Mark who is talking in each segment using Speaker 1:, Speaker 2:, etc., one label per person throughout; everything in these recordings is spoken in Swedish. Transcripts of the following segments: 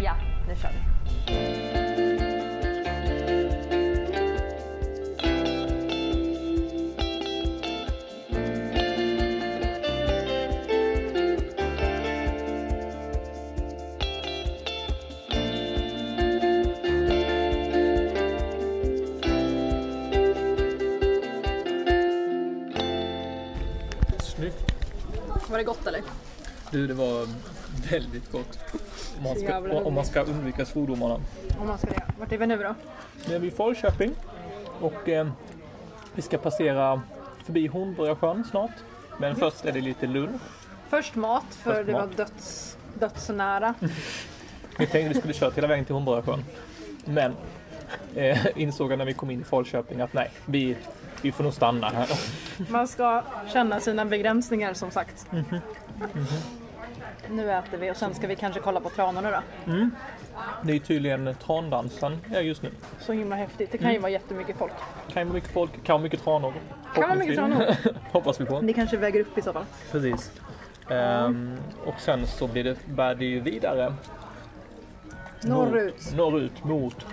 Speaker 1: Ja, nu kör vi.
Speaker 2: Snyggt.
Speaker 1: Var det gott eller?
Speaker 2: Du, det var väldigt gott. Om man
Speaker 1: Så
Speaker 2: ska,
Speaker 1: jävla
Speaker 2: om man ska undvika svordomarna.
Speaker 1: Om man ska det. Vart är vi nu då?
Speaker 2: Nu är vi i Falköping och eh, vi ska passera förbi Hornborgasjön snart. Men först är det lite lunch.
Speaker 1: Först mat, för
Speaker 2: Först
Speaker 1: det var
Speaker 2: mat.
Speaker 1: döds, dödsnära.
Speaker 2: Vi tänkte att vi skulle köra hela vägen till Hornborgasjön. Men eh, insåg jag när vi kom in i Falköping att nej, vi, vi får nog stanna här.
Speaker 1: Man ska känna sina begränsningar som sagt. Mhm. Nu äter vi och sen ska vi kanske kolla på tranorna då.
Speaker 2: Det är tydligen trandansen ja, just nu.
Speaker 1: Så himla häftigt. Det kan ju vara jättemycket folk.
Speaker 2: Kan vara mycket folk, kan vara mycket tranor.
Speaker 1: Kan vara mycket
Speaker 2: Hoppas vi- Hoppas vi på.
Speaker 1: Det kanske väger upp i så fall.
Speaker 2: Precis. Ehm, och sen så blir det, bär det ju vidare
Speaker 1: Norrut.
Speaker 2: norrut mot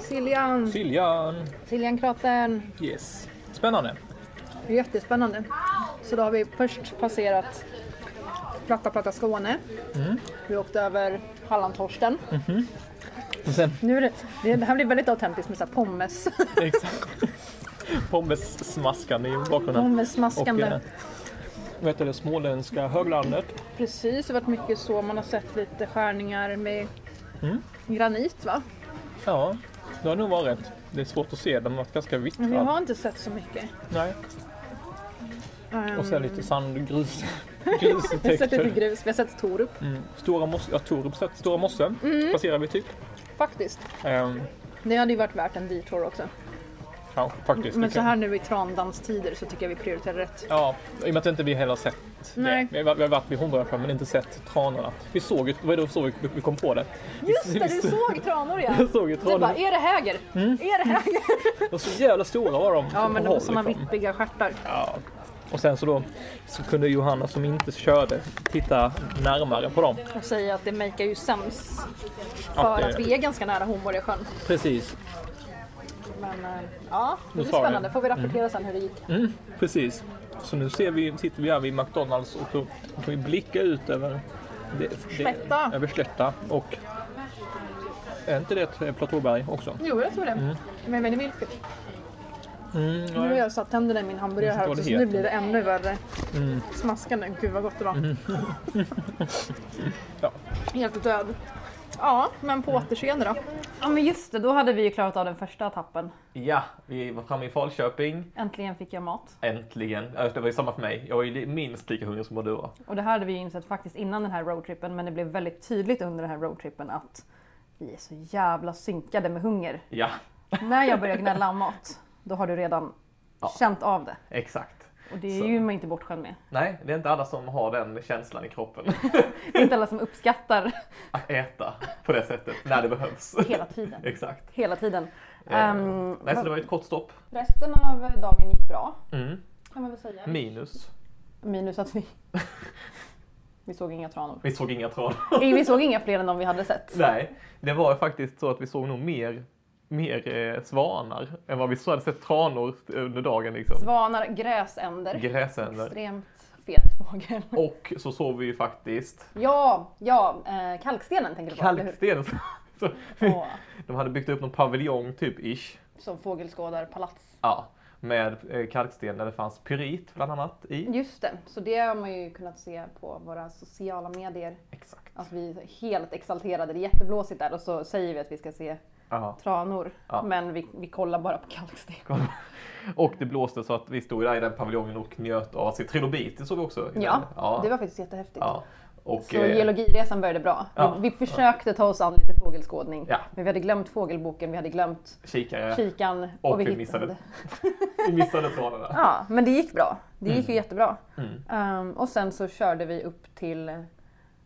Speaker 1: Siljan.
Speaker 2: Siljan.
Speaker 1: Siljankratern.
Speaker 2: Yes. Spännande.
Speaker 1: Jättespännande. Så då har vi först passerat Platta Platta Skåne. Vi åkte över Hallantorsten.
Speaker 2: Och sen,
Speaker 1: Nu är det, det här blir väldigt autentiskt med så här pommes.
Speaker 2: exakt. Pommes smaskande i bakgrunden.
Speaker 1: Pommesmaskande.
Speaker 2: Och, eh, vad heter det, småländska höglandet.
Speaker 1: Precis, det har varit mycket så. Man har sett lite skärningar med
Speaker 2: Mm.
Speaker 1: granit va?
Speaker 2: Ja, det har nog varit. Det är svårt att se, de har varit ganska vittra.
Speaker 1: Men vi har inte sett så mycket.
Speaker 2: Nej.
Speaker 1: Ehm,
Speaker 2: Och sen lite sand, grus,
Speaker 1: vi har sett lite
Speaker 2: grustäckter.
Speaker 1: grus, vi har sett Torup
Speaker 2: Mm. Stora mosse, ja Torup sett. Stora mosse
Speaker 1: Mm.
Speaker 2: passerar vi typ.
Speaker 1: faktiskt.
Speaker 2: Ehm,
Speaker 1: Det hade ju varit värt en detour också.
Speaker 2: ja, faktiskt.
Speaker 1: Men
Speaker 2: det
Speaker 1: så
Speaker 2: kan-
Speaker 1: här nu i trandanstider så tycker jag vi prioriterar rätt.
Speaker 2: Ja, i och med att inte vi heller har sett
Speaker 1: Nej.
Speaker 2: det. Vi har, vi har varit vid Hornborgasjön men inte sett tranorna. Vi såg ju, vad är det vi såg? Vi kom på det.
Speaker 1: Just
Speaker 2: vi,
Speaker 1: det,
Speaker 2: vi
Speaker 1: du såg tranor ja!
Speaker 2: Jag såg ju
Speaker 1: Du bara,
Speaker 2: tranorna.
Speaker 1: är det höger? Är det höger?
Speaker 2: De var så jävla stora var de.
Speaker 1: Ja, men de
Speaker 2: Mm. Håll,
Speaker 1: har såna
Speaker 2: liksom.
Speaker 1: vippiga stjärtar.
Speaker 2: Ja. Och sen så då så kunde Johanna som inte körde titta närmare på dem.
Speaker 1: Och säger att det makear ju sämst
Speaker 2: Att
Speaker 1: för
Speaker 2: det-
Speaker 1: att vi är ganska nära Hornborgasjön.
Speaker 2: Precis,
Speaker 1: Men eh, ja, det blir
Speaker 2: sa vi.
Speaker 1: spännande. Får vi rapportera sen hur det gick.
Speaker 2: mm, precis. Så nu ser vi, sitter vi här vid McDonalds och då kan vi blicka ut över det, det,
Speaker 1: Slätta.
Speaker 2: Över Slätta och är inte det ett platåberg också?
Speaker 1: Jo, jag tror det. Men jag vet inte vilket.
Speaker 2: Mm,
Speaker 1: Nu har jag satt tänderna i min hamburgare
Speaker 2: Jag
Speaker 1: här också,
Speaker 2: förstår
Speaker 1: så
Speaker 2: det
Speaker 1: nu
Speaker 2: helt. Mm.
Speaker 1: blir det ännu värre. Smaskande. Gud vad gott det var.
Speaker 2: Ja. Mm.
Speaker 1: Helt död. Ja, men på återseende då.
Speaker 3: Ja men just det, då hade vi ju klarat av den första etappen.
Speaker 2: Ja, vi var framme i Falköping.
Speaker 3: Äntligen fick jag mat.
Speaker 2: Äntligen. Ja, Det var ju samma för mig. Jag var ju li- minst lika hungrig som vad du var.
Speaker 3: Och det här hade vi ju insett faktiskt innan den här roadtrippen men det blev väldigt tydligt under den här roadtrippen att vi är så jävla synkade med hunger.
Speaker 2: Ja,
Speaker 3: När jag börjar gnälla om mat, då har du redan
Speaker 2: Ja.
Speaker 3: känt av det.
Speaker 2: exakt.
Speaker 3: Och det är
Speaker 2: Så.
Speaker 3: ju man inte bortskämd med.
Speaker 2: Nej, det är inte alla som har den känslan i kroppen.
Speaker 3: Det är inte alla som uppskattar
Speaker 2: Att äta på det sättet, när det behövs.
Speaker 3: hela tiden.
Speaker 2: Exakt.
Speaker 3: Hela tiden.
Speaker 2: Eh,
Speaker 3: Ehm,
Speaker 2: Nej, så det var ju ett kort stopp.
Speaker 1: Resten av dagen gick bra,
Speaker 2: Mm.
Speaker 1: kan man väl säga.
Speaker 2: Minus.
Speaker 3: Minus att vi... Vi såg inga tranor.
Speaker 2: Vi såg inga tråd.
Speaker 3: Vi såg inga fler än de vi hade sett.
Speaker 2: Nej, det var ju faktiskt så att vi såg nog mer, mer eh, svanar än vad vi så hade sett tranor under dagen. Liksom.
Speaker 3: Svanar, gräsänder.
Speaker 2: Gräsänder.
Speaker 3: Extremt fet fågel.
Speaker 2: Och så såg vi ju faktiskt
Speaker 3: Ja, ja eh, kalkstenen tänker du på, eller hur?
Speaker 2: kalksten. Så,
Speaker 3: Åh,
Speaker 2: De hade byggt upp någon paviljong typ ish.
Speaker 3: som fågelskådarpalats.
Speaker 2: Ja. Med eh, kalksten där det fanns pyrit bland annat i.
Speaker 3: Just det, så det har man ju kunnat se på våra sociala medier.
Speaker 2: Exakt.
Speaker 3: Att vi är helt exalterade, det är jätteblåsigt där och så säger vi att vi ska se
Speaker 2: Ja.
Speaker 3: tranor.
Speaker 2: Ja.
Speaker 3: Men vi, vi kollar bara på kalksten.
Speaker 2: Och det blåste så att vi stod där i den paviljongen och njöt av sitt trilobit. Det såg vi också. i
Speaker 3: Ja,
Speaker 2: den. ja.
Speaker 3: det var faktiskt jättehäftigt.
Speaker 2: ja. Och,
Speaker 3: Så
Speaker 2: eh,
Speaker 3: geologiresan började bra.
Speaker 2: Ja.
Speaker 3: Vi, vi försökte ta oss an lite fågelskådning.
Speaker 2: Ja.
Speaker 3: Men vi hade glömt fågelboken, vi hade glömt
Speaker 2: kikare.
Speaker 3: kikan och,
Speaker 2: Och vi
Speaker 3: hittade
Speaker 2: missade
Speaker 3: det.
Speaker 2: Vi missade tranorna.
Speaker 3: Ja, men det gick bra. Det gick ju jättebra.
Speaker 2: Mm.
Speaker 3: Ehm, och sen så körde vi upp till,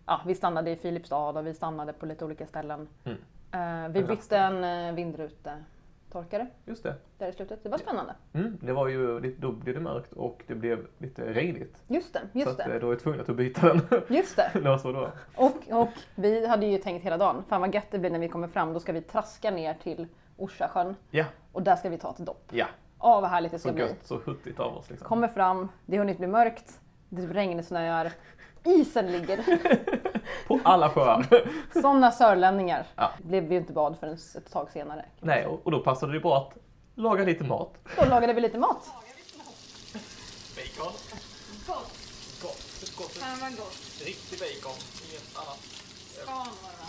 Speaker 3: ja vi stannade i Filipstad och vi eh, stannade på lite olika ställen.
Speaker 2: Mm.
Speaker 3: Ehm, vi bytte en uh, vindrutetrafik
Speaker 4: torkare
Speaker 5: Just det.
Speaker 4: där i slutet. Det var spännande.
Speaker 5: Mm, det var ju, det- då blev det mörkt och det blev lite regnigt.
Speaker 4: Just det, just
Speaker 5: så att,
Speaker 4: det.
Speaker 5: eh, då var jag tvungen att byta den.
Speaker 4: Just det.
Speaker 5: det var så då.
Speaker 3: Och, och vi hade ju tänkt hela dagen, fan vad gött det blir när vi kommer fram, då ska vi traska ner till Orsasjön
Speaker 5: Ja,
Speaker 3: och där ska vi ta ett dopp.
Speaker 5: ja.
Speaker 3: Åh vad härligt det ska
Speaker 5: Så
Speaker 3: bli.
Speaker 5: gött, så huttigt av oss liksom.
Speaker 3: Kommer fram, det har hunnit bli mörkt, det regnsnöar, isen ligger.
Speaker 5: På alla sjöar.
Speaker 3: Sådana sörlänningar
Speaker 5: Ja.
Speaker 3: blev vi ju inte bad förrän ett tag senare.
Speaker 5: Nej, och, och då passade det bra att laga lite mat.
Speaker 3: Då lagade vi lite mat.
Speaker 5: Bacon. Gott. Gott.
Speaker 4: Fan vad gott.
Speaker 5: Riktig bacon. Inget annat. Eh,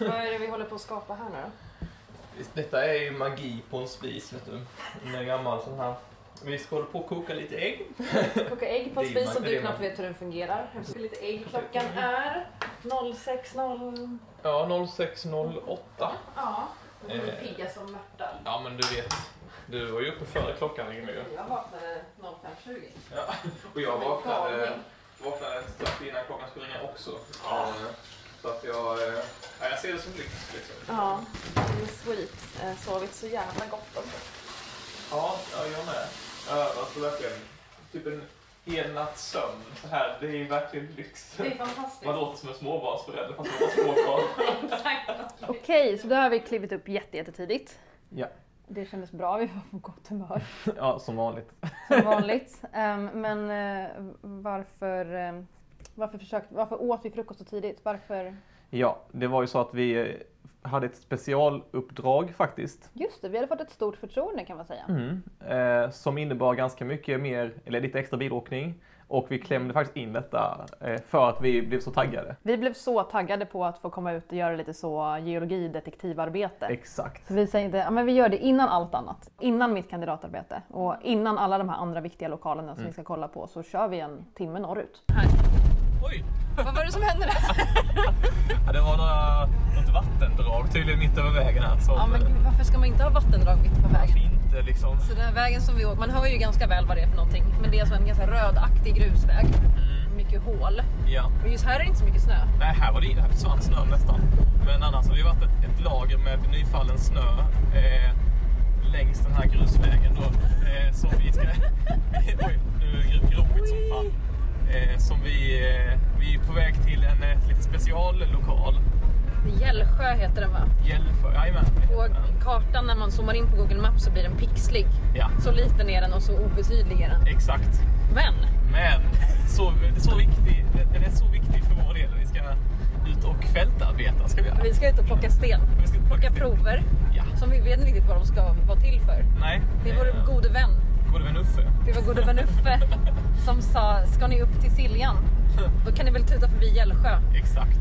Speaker 3: Vad är det vi håller på att skapa här nu då?
Speaker 2: Visst, Detta är ju magi på en spis, vet du. En gammal sån här. Vi ska hålla på och koka lite ägg.
Speaker 3: Koka ägg på en
Speaker 2: Det är
Speaker 3: spis som
Speaker 2: man- det
Speaker 3: du
Speaker 2: är
Speaker 3: knappt
Speaker 2: man.
Speaker 3: vet hur den fungerar. Hur lite ägg klockan är
Speaker 5: Mm.
Speaker 3: 06.00.
Speaker 5: Eh.
Speaker 2: Ja, 0608.
Speaker 3: Ja, vi är
Speaker 2: Eh.
Speaker 3: pigga som mörtar.
Speaker 2: Ja, men du vet. Du var ju uppe före klockan ringde ju.
Speaker 3: Jag vaknade 05.20.
Speaker 2: Ja. Och jag vaknade, vaknade strax innan klockan skulle ringa också. Ja. Så att jag... eh, Ja, jag ser det som lyx liksom.
Speaker 3: Ja, det är sweet. Eh, Sovit så jävla gott också.
Speaker 2: Ja, ja, jag med. Ja, alltså verkligen. Typ en en natts sömn så här. Det är ju verkligen lyx.
Speaker 3: Det är fantastiskt.
Speaker 2: Man låter som en småbarnsförälder fast man var småbarn.
Speaker 4: Okej, så då har vi klivit upp jätte, jättetidigt.
Speaker 5: Ja.
Speaker 3: Det kändes bra, vi var på gott humör
Speaker 5: ja, som vanligt.
Speaker 3: som vanligt. Ehm, men eh, varför, ehm, varför, försökte, varför åt vi frukost så tidigt? Varför?
Speaker 5: Ja, det var ju så att vi eh, hade ett specialuppdrag faktiskt.
Speaker 3: Just det, vi hade fått ett stort förtroende kan man säga.
Speaker 5: Mm. Eh, som innebar ganska mycket mer, eller lite extra bilåkning. Och vi klämde faktiskt in detta eh, för att vi blev så taggade.
Speaker 3: Vi blev så taggade på att få komma ut och göra lite så geologidetektivarbete.
Speaker 5: Exakt.
Speaker 3: Så vi tänkte ja, men vi gör det innan allt annat. Innan mitt kandidatarbete och innan alla de här andra viktiga lokalerna som vi ska kolla på så kör vi en timme norrut.
Speaker 2: Oj!
Speaker 3: Vad var det som hände där?
Speaker 2: Ja, det var några, något vattendrag tydligen mitt över vägen här. Som
Speaker 3: Ja, men gud, varför ska man inte ha vattendrag mitt på vägen?
Speaker 2: inte liksom...
Speaker 3: Så den här vägen som vi åker, man hör ju ganska väl vad det är för någonting. Men det är som en ganska rödaktig grusväg. Mycket hål.
Speaker 2: Ja.
Speaker 3: Men just här är det inte så mycket snö.
Speaker 2: Nej, här var det här försvann snön nästan. Men annars har det ju varit ett, ett lager med nyfallen snö eh, längs den här grusvägen då. Eh, som vi ska... Oj, nu är det gropigt som fan. Eh, som vi, eh, vi är på väg till en eh, lite speciallokal.
Speaker 3: Gällsjö heter den va?
Speaker 2: Gällsjö, jajamän.
Speaker 3: På kartan när man zoomar in på Google Maps så blir den pixlig.
Speaker 2: Ja,
Speaker 3: Så liten är den och så obetydlig är den.
Speaker 2: exakt.
Speaker 3: Men
Speaker 2: Men så, det är så viktig, den är så viktig för vår del. Vi ska ut och fältarbeta ska vi göra.
Speaker 3: vi ska ut och plocka sten.
Speaker 2: Vi ska
Speaker 3: Plocka
Speaker 2: sten.
Speaker 3: prover
Speaker 2: Ja.
Speaker 3: som vi vet inte riktigt vad de ska vara till för.
Speaker 2: Nej.
Speaker 3: Det var
Speaker 2: eh,
Speaker 3: gode vän.
Speaker 2: gode vän Uffe.
Speaker 3: Det var gode vän Uffe som sa, ska ni upp till Siljan? Då kan ni väl tuta förbi Gällsjö.
Speaker 2: Exakt.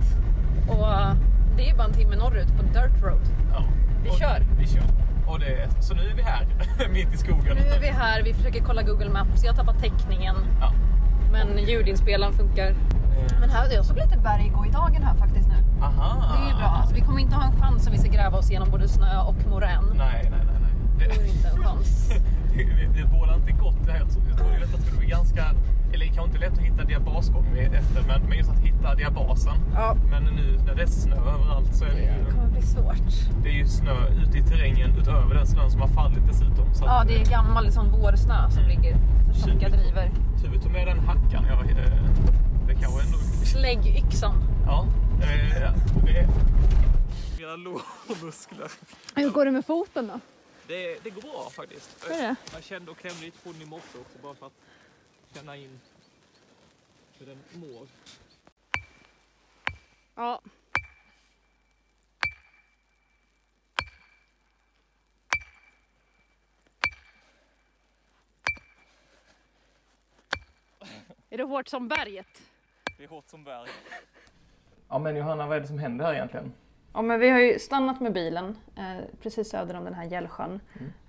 Speaker 3: Och eh, det är ju bara en timme norrut på Dirt Road.
Speaker 2: Ja.
Speaker 3: Vi
Speaker 2: och,
Speaker 3: kör.
Speaker 2: Vi kör. Och det, så nu är vi här, mitt i skogen.
Speaker 3: Nu är vi här, vi försöker kolla Google Maps, jag tappar täckningen.
Speaker 2: Ja.
Speaker 3: Men ljudinspelaren funkar. Men här, jag såg lite berg gå i dagen här faktiskt nu.
Speaker 2: Aha.
Speaker 3: Det är ju bra. Alltså, vi kommer inte ha en chans om vi ska gräva oss igenom både snö och morän.
Speaker 2: Nej, nej, nej. nej.
Speaker 3: Det
Speaker 2: Det,
Speaker 3: är inte en chans.
Speaker 2: det, det, det bådar inte gott det här. Jag tror, jag tror ju detta skulle bli ganska... Eller kanske inte lätt att hitta diabasgång vid- efter, men, men just att hitta diabasen.
Speaker 3: Ja.
Speaker 2: Men nu när det är snö överallt så är det
Speaker 3: Det
Speaker 2: ju,
Speaker 3: kommer bli svårt.
Speaker 2: det är ju snö ute i terrängen utöver den snön som har fallit dessutom. Så
Speaker 3: Ja,
Speaker 2: att, eh,
Speaker 3: det är gammal liksom, vårsnö som ligger så tjocka
Speaker 2: Kyligt.
Speaker 3: driver.
Speaker 2: Tur vi tog med den hackan. Jag, eh, det kanske ändå...
Speaker 3: Släggyxan.
Speaker 2: Ja. eh, ja, det- Mina lårmuskler.
Speaker 4: Hur går det med foten då?
Speaker 2: Det, det går bra faktiskt.
Speaker 4: Är det?
Speaker 2: Jag kände och klämde lite på den i morse också bara för att känna in hur den mår.
Speaker 4: Ja.
Speaker 3: Är det hårt som berget?
Speaker 2: Det är hårt som berg. Ja men Johanna, vad är det som händer här egentligen?
Speaker 3: Ja, men vi har ju stannat med bilen eh, precis söder om den här Gällsjön.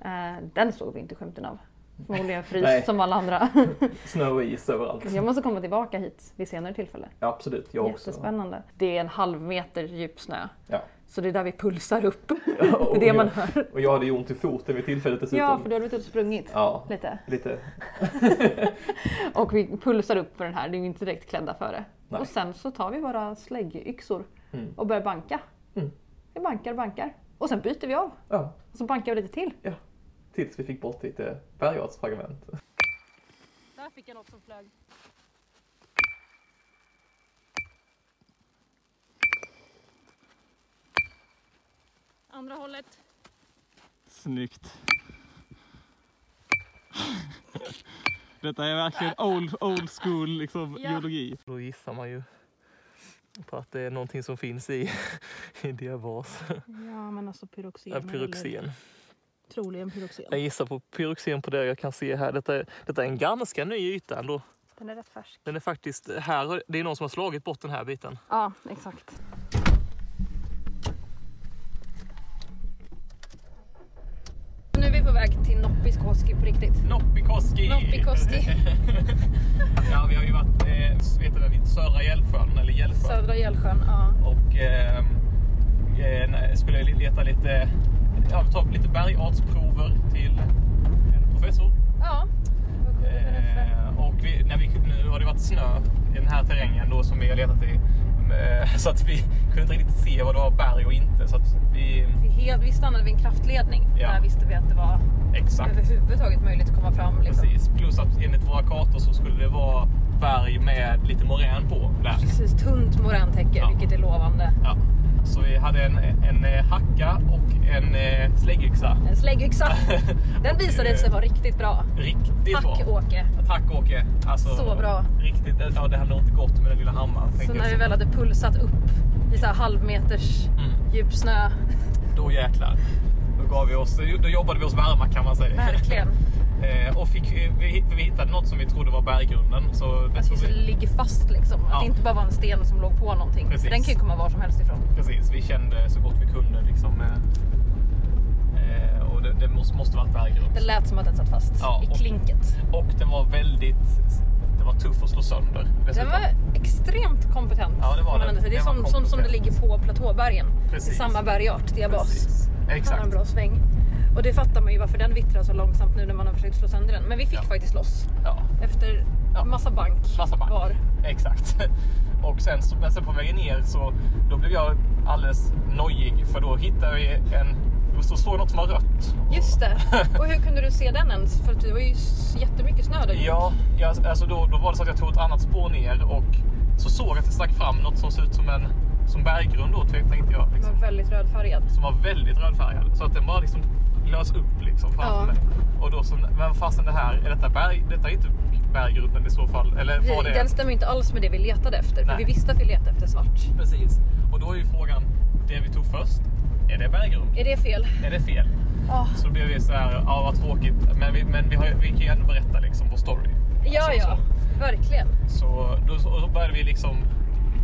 Speaker 3: Eh, den såg vi inte skymten av. Förmodligen
Speaker 5: Nej.
Speaker 3: fryst som alla andra.
Speaker 5: Snö och is överallt.
Speaker 3: Jag måste komma tillbaka hit vid senare tillfälle.
Speaker 5: Ja, absolut. Jag också.
Speaker 3: Jättespännande. Det är en halv meter djup snö.
Speaker 5: Ja.
Speaker 3: Så det är där vi pulsar upp. Det är det man hör.
Speaker 6: Och jag hade ju ont i foten vid tillfället dessutom.
Speaker 3: Ja, för du har varit ute och sprungit
Speaker 6: Ja,
Speaker 3: lite.
Speaker 6: lite.
Speaker 3: Och vi pulsar upp för den här, det är ju inte direkt klädda för det.
Speaker 6: Nej.
Speaker 3: Och sen så tar vi våra släggyxor
Speaker 6: Mm.
Speaker 3: och börjar banka.
Speaker 6: Mm.
Speaker 3: Vi bankar, bankar. Och sen byter vi av.
Speaker 6: Ja,
Speaker 3: Och så bankar vi lite till.
Speaker 6: tills vi fick bort lite bergartsfragment.
Speaker 3: Där fick jag något som flög. Andra hållet.
Speaker 2: Snyggt. Detta är verkligen old, old school liksom,
Speaker 3: Ja.
Speaker 2: geologi. Då gissar man ju på att det är någonting som finns i, i diabas.
Speaker 3: Ja, men alltså pyroxen.
Speaker 2: En pyroxen.
Speaker 3: Troligen pyroxen.
Speaker 2: Jag gissar på pyroxen på det jag kan se här. Detta är, detta är en ganska ny yta ändå.
Speaker 7: Den är rätt färsk.
Speaker 2: Den är faktiskt här. har- Det är någon som har slagit bort den här biten.
Speaker 7: Ja, exakt.
Speaker 3: Nu är vi på väg till Noppikoski på riktigt.
Speaker 2: Noppikoski!
Speaker 3: Noppikoski.
Speaker 2: ja, vi har ju varit eh, vet du, vad vi- södra Hjällsjön, eller Hjällsjön.
Speaker 3: Södra Hjällsjön, ja.
Speaker 2: och ehm, eh, nej, skulle leta lite, ja, ta lite bergartsprover till en professor.
Speaker 3: Ja.
Speaker 2: Eh, och vi, när vi, nu har det varit snö i den här terrängen då som vi har letat i. Eh, så att vi kunde inte riktigt se vad det var berg och inte. Så att vi,
Speaker 3: Vi, helt, vi stannade vid en kraftledning.
Speaker 2: Ja.
Speaker 3: Där visste vi att det var
Speaker 2: exakt.
Speaker 3: överhuvudtaget möjligt att komma fram. Liksom.
Speaker 2: Precis. Plus att enligt våra kartor så skulle det vara berg med lite morän på. Där.
Speaker 3: Precis, tunt moräntäcke,
Speaker 2: Ja.
Speaker 3: vilket är lovande.
Speaker 2: Ja. Så vi hade en, en eh, hacka och en eh, släggyxa.
Speaker 3: En släggyxa. Den
Speaker 2: Och,
Speaker 3: visade
Speaker 2: eh,
Speaker 3: sig vara riktigt bra.
Speaker 2: Riktigt bra.
Speaker 3: Tack Åke.
Speaker 2: Tack Åke. Alltså,
Speaker 3: Så bra.
Speaker 2: Riktigt, ja, det hade nog inte gått med den lilla hammaren.
Speaker 3: Så
Speaker 2: tänker
Speaker 3: när
Speaker 2: jag.
Speaker 3: vi väl hade pulsat upp i så här halvmeters
Speaker 2: Mm.
Speaker 3: djup snö.
Speaker 2: Då jäklar. Då, gav vi oss, då jobbade vi oss varma kan man säga.
Speaker 3: Verkligen.
Speaker 2: Eh, och fick, eh, vi, vi hittade något som vi trodde var berggrunden. Så det
Speaker 3: Att
Speaker 2: tog
Speaker 3: det
Speaker 2: vi,
Speaker 3: ligger fast liksom. Att
Speaker 2: Ja.
Speaker 3: det inte bara var en sten som låg på någonting. För
Speaker 2: Precis.
Speaker 3: den kan ju komma var som helst ifrån.
Speaker 2: precis, vi kände så gott vi kunde. Liksom, eh, eh, och det, det måste, måste varit berggrund.
Speaker 3: Det lät som att den satt fast
Speaker 2: Ja,
Speaker 3: i
Speaker 2: och-
Speaker 3: klinket.
Speaker 2: Och den var väldigt den var tuff att slå sönder.
Speaker 3: Den
Speaker 2: dessutom.
Speaker 3: var extremt kompetent.
Speaker 2: Ja, det var
Speaker 3: kan man
Speaker 2: den.
Speaker 3: ändå säga. Det är
Speaker 2: Den var
Speaker 3: som, som, som det
Speaker 2: kompetent.
Speaker 3: ligger på platåbergen. Det är
Speaker 2: Precis.
Speaker 3: samma bergart, diabas.
Speaker 2: Precis.
Speaker 3: Han har en
Speaker 2: Exakt.
Speaker 3: bra sväng. Och det fattar man ju varför den vittrar så långsamt nu när man har försökt slå sönder den. Men vi fick
Speaker 2: Ja.
Speaker 3: faktiskt loss.
Speaker 2: Ja.
Speaker 3: Efter
Speaker 2: Ja.
Speaker 3: massa bank
Speaker 2: Massa bank.
Speaker 3: var.
Speaker 2: Exakt. Och sen, så- men sen på vägen ner så då blev jag alldeles nojig för då hittade vi en... Så såg jag något som var rött.
Speaker 3: Just det. Och hur kunde du se den ens? För att det var ju s- jättemycket snö där
Speaker 2: Ja, jag, alltså då, då var det så att jag tog ett annat spår ner och så såg jag att det stack fram något som såg ut som en som berggrund då tänkte inte jag. Liksom,
Speaker 3: Men väldigt rödfärgad.
Speaker 2: som var väldigt rödfärgad. Så att den bara liksom lös upp liksom framför
Speaker 3: Ja.
Speaker 2: mig. Och då så, men fasen det här, är detta berg? Detta är inte berggrunden i så fall. Eller var det?
Speaker 3: Den stämmer ju inte alls med det vi letade efter. För
Speaker 2: Nej.
Speaker 3: vi visste att vi letade efter svart.
Speaker 2: Precis. Och då är ju frågan, det vi tog först, är det berggrund?
Speaker 3: Är det fel?
Speaker 2: Är det fel?
Speaker 3: Ja.
Speaker 2: Så då blev vi så här, ja vad tråkigt. Men vi, men vi, har, ju- vi kan ju ändå berätta liksom vår story.
Speaker 3: Ja,
Speaker 2: Alltså,
Speaker 3: ja. Verkligen.
Speaker 2: Så, så då, så då började vi liksom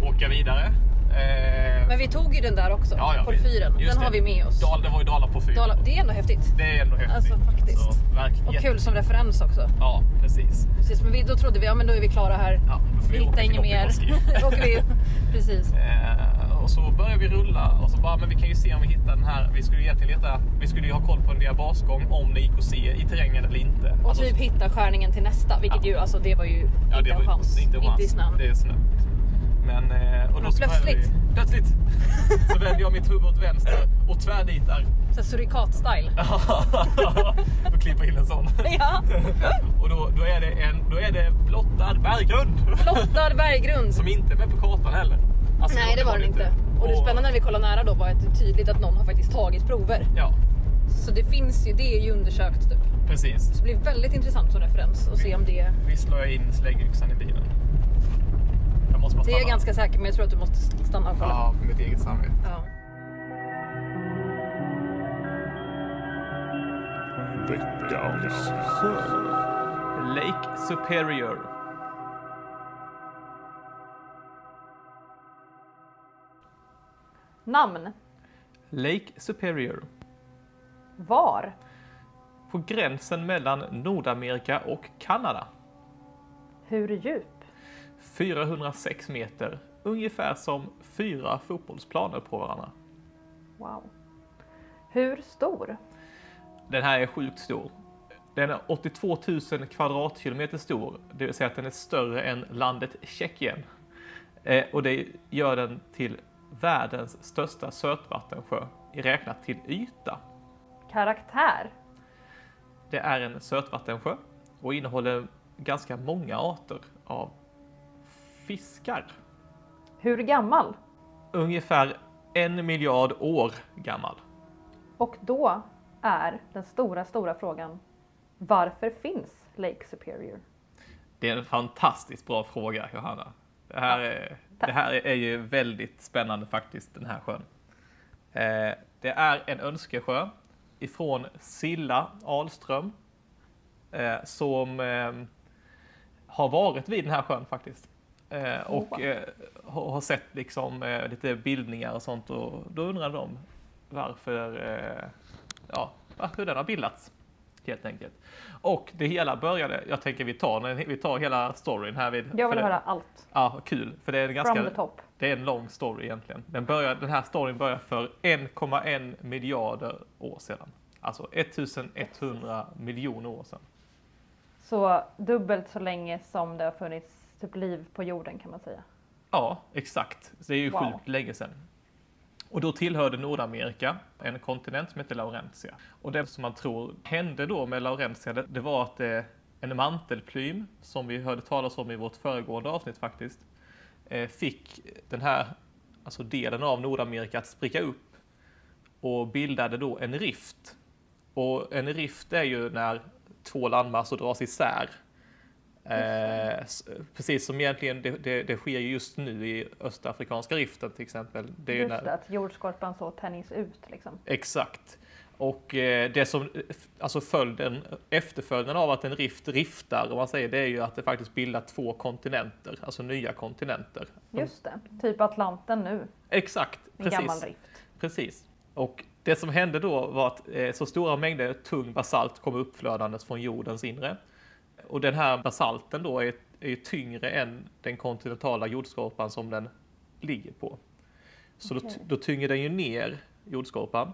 Speaker 2: åka vidare. Eh,
Speaker 3: Men vi tog ju den där också.
Speaker 2: ja, ja, vi-
Speaker 3: Porfyren.
Speaker 2: just
Speaker 3: Den har
Speaker 2: det.
Speaker 3: vi med oss.
Speaker 2: Dal, det var ju Dala på fyren.
Speaker 3: Dala. Det är ändå häftigt.
Speaker 2: Det är ändå häftigt.
Speaker 3: Alltså, faktiskt.
Speaker 2: verkligen.
Speaker 3: Och
Speaker 2: Jätte-
Speaker 3: kul som referens också.
Speaker 2: Ja, precis.
Speaker 3: Precis, men vi, då trodde vi ja men då är vi klara här.
Speaker 2: Ja, då får
Speaker 3: vi
Speaker 2: vi åka till
Speaker 3: hittar inget mer.
Speaker 2: Noppikoski.
Speaker 3: Då åker vi. Precis.
Speaker 2: Eh, och så börjar vi rulla och så bara, men vi kan ju se om vi hittar den här. Vi skulle ju egentligen leta, vi skulle ju ha koll på en diabasgång om det gick att se i terrängen eller inte.
Speaker 3: Och
Speaker 2: Alltså,
Speaker 3: typ hitta skärningen till nästa, vilket
Speaker 2: Ja.
Speaker 3: ju alltså det var ju
Speaker 2: ja,
Speaker 3: inte
Speaker 2: det var
Speaker 3: en
Speaker 2: ju-
Speaker 3: chans.
Speaker 2: Inte, en chans.
Speaker 3: Inte i snön.
Speaker 2: Det är snö. liksom. Men, eh, och då
Speaker 3: Men
Speaker 2: så börjar
Speaker 3: plötsligt.
Speaker 2: Vi, plötsligt så vänder jag mitt huvud åt vänster och tvärnitar.
Speaker 3: Så här Surikat-style.
Speaker 2: och klippa in en sån.
Speaker 3: Ja,
Speaker 2: och då, då, är det en, då är det blottad berggrund.
Speaker 3: blottad berggrund.
Speaker 2: Som inte är med på kartan heller. Alltså,
Speaker 3: Nej det var den inte. Och det spännande när vi kollade nära då var att det är tydligt att någon har faktiskt tagit prover.
Speaker 2: Ja,
Speaker 3: Så det finns ju, det är ju undersökt typ.
Speaker 2: precis.
Speaker 3: Så det blir väldigt intressant som referens att se om det.
Speaker 2: Vi slår jag in släggyxan i bilen. Jag måste bara
Speaker 3: Det är
Speaker 2: stanna.
Speaker 3: jag ganska säker men jag tror att du måste stanna och kolla.
Speaker 2: Ja, för mitt eget samvete.
Speaker 3: Ja.
Speaker 2: Lake Superior.
Speaker 7: Namn.
Speaker 2: Lake Superior.
Speaker 7: Var.
Speaker 2: På gränsen mellan Nordamerika och Kanada.
Speaker 7: Hur djup.
Speaker 2: 406 meter, ungefär som fyra fotbollsplaner på varandra.
Speaker 3: Wow. Hur stor?
Speaker 2: Den här är sjukt stor. Den är 82 000 kvadratkilometer stor, det vill säga att den är större än landet Tjeckien. Eh, och det gör den till världens största sötvattensjö, räknat till yta.
Speaker 3: Karaktär?
Speaker 2: Det är en sötvattensjö och innehåller ganska många arter av fiskar.
Speaker 3: Hur gammal?
Speaker 2: Ungefär en miljard år gammal.
Speaker 3: Och då är den stora, stora frågan. Varför finns Lake Superior?
Speaker 2: Det är en fantastiskt bra fråga Johanna. Det här är, det här är ju väldigt spännande faktiskt, den här sjön. Eh, det är en önskesjö ifrån Silla Alström eh, som eh, har varit vid den här sjön faktiskt. Eh, och eh, har har sett liksom, eh, lite bildningar och sånt och då undrar de varför, eh, ja, hur den har bildats helt enkelt. Och det hela började, jag tänker vi tar, den- vi tar hela storyn här vid.
Speaker 3: Jag
Speaker 2: för
Speaker 3: vill
Speaker 2: det-
Speaker 3: höra allt.
Speaker 2: Ja, kul. För det är en
Speaker 3: From
Speaker 2: ganska,
Speaker 3: the top.
Speaker 2: det är en lång story egentligen. Den, börjar, den här storyn börjar för 1,1 miljarder år sedan. Alltså 1100 miljoner år sedan.
Speaker 3: Så dubbelt så länge som det har funnits typ liv på jorden kan man säga.
Speaker 2: Ja, exakt. Så det är ju
Speaker 3: Wow.
Speaker 2: sjukt länge sedan. Och då tillhörde Nordamerika en kontinent som hette Laurentia. Och det som man tror hände då med Laurentia, det, det var att eh, en mantelplym, som vi hörde talas om i vårt föregående avsnitt faktiskt, eh, fick den här alltså delen av Nordamerika att spricka upp och bildade då en rift. Och en rift är ju när två landmassor dras isär. Eh, s- precis som egentligen det, det, det sker ju just nu i östafrikanska riften till exempel. Det är ju
Speaker 3: Just
Speaker 2: när,
Speaker 3: det, att jordskorpan så tänjs ut liksom.
Speaker 2: Exakt. Och eh, det som eh, f- alltså följden, efterföljden av att en rift riftar, om man säger det, är ju att det faktiskt bildar två kontinenter, alltså nya kontinenter.
Speaker 3: Just det, typ Atlanten nu.
Speaker 2: Exakt,
Speaker 3: En gammal
Speaker 2: Mm. precis.
Speaker 3: rift.
Speaker 2: Precis. Och det som hände då var att eh, så stora mängder tung basalt kom uppflödandes från jordens inre. Och den här basalten då är, är ju tyngre än den kontinentala jordskorpan som den ligger på. Så då,
Speaker 3: Okej.
Speaker 2: då tynger den ju ner jordskorpan.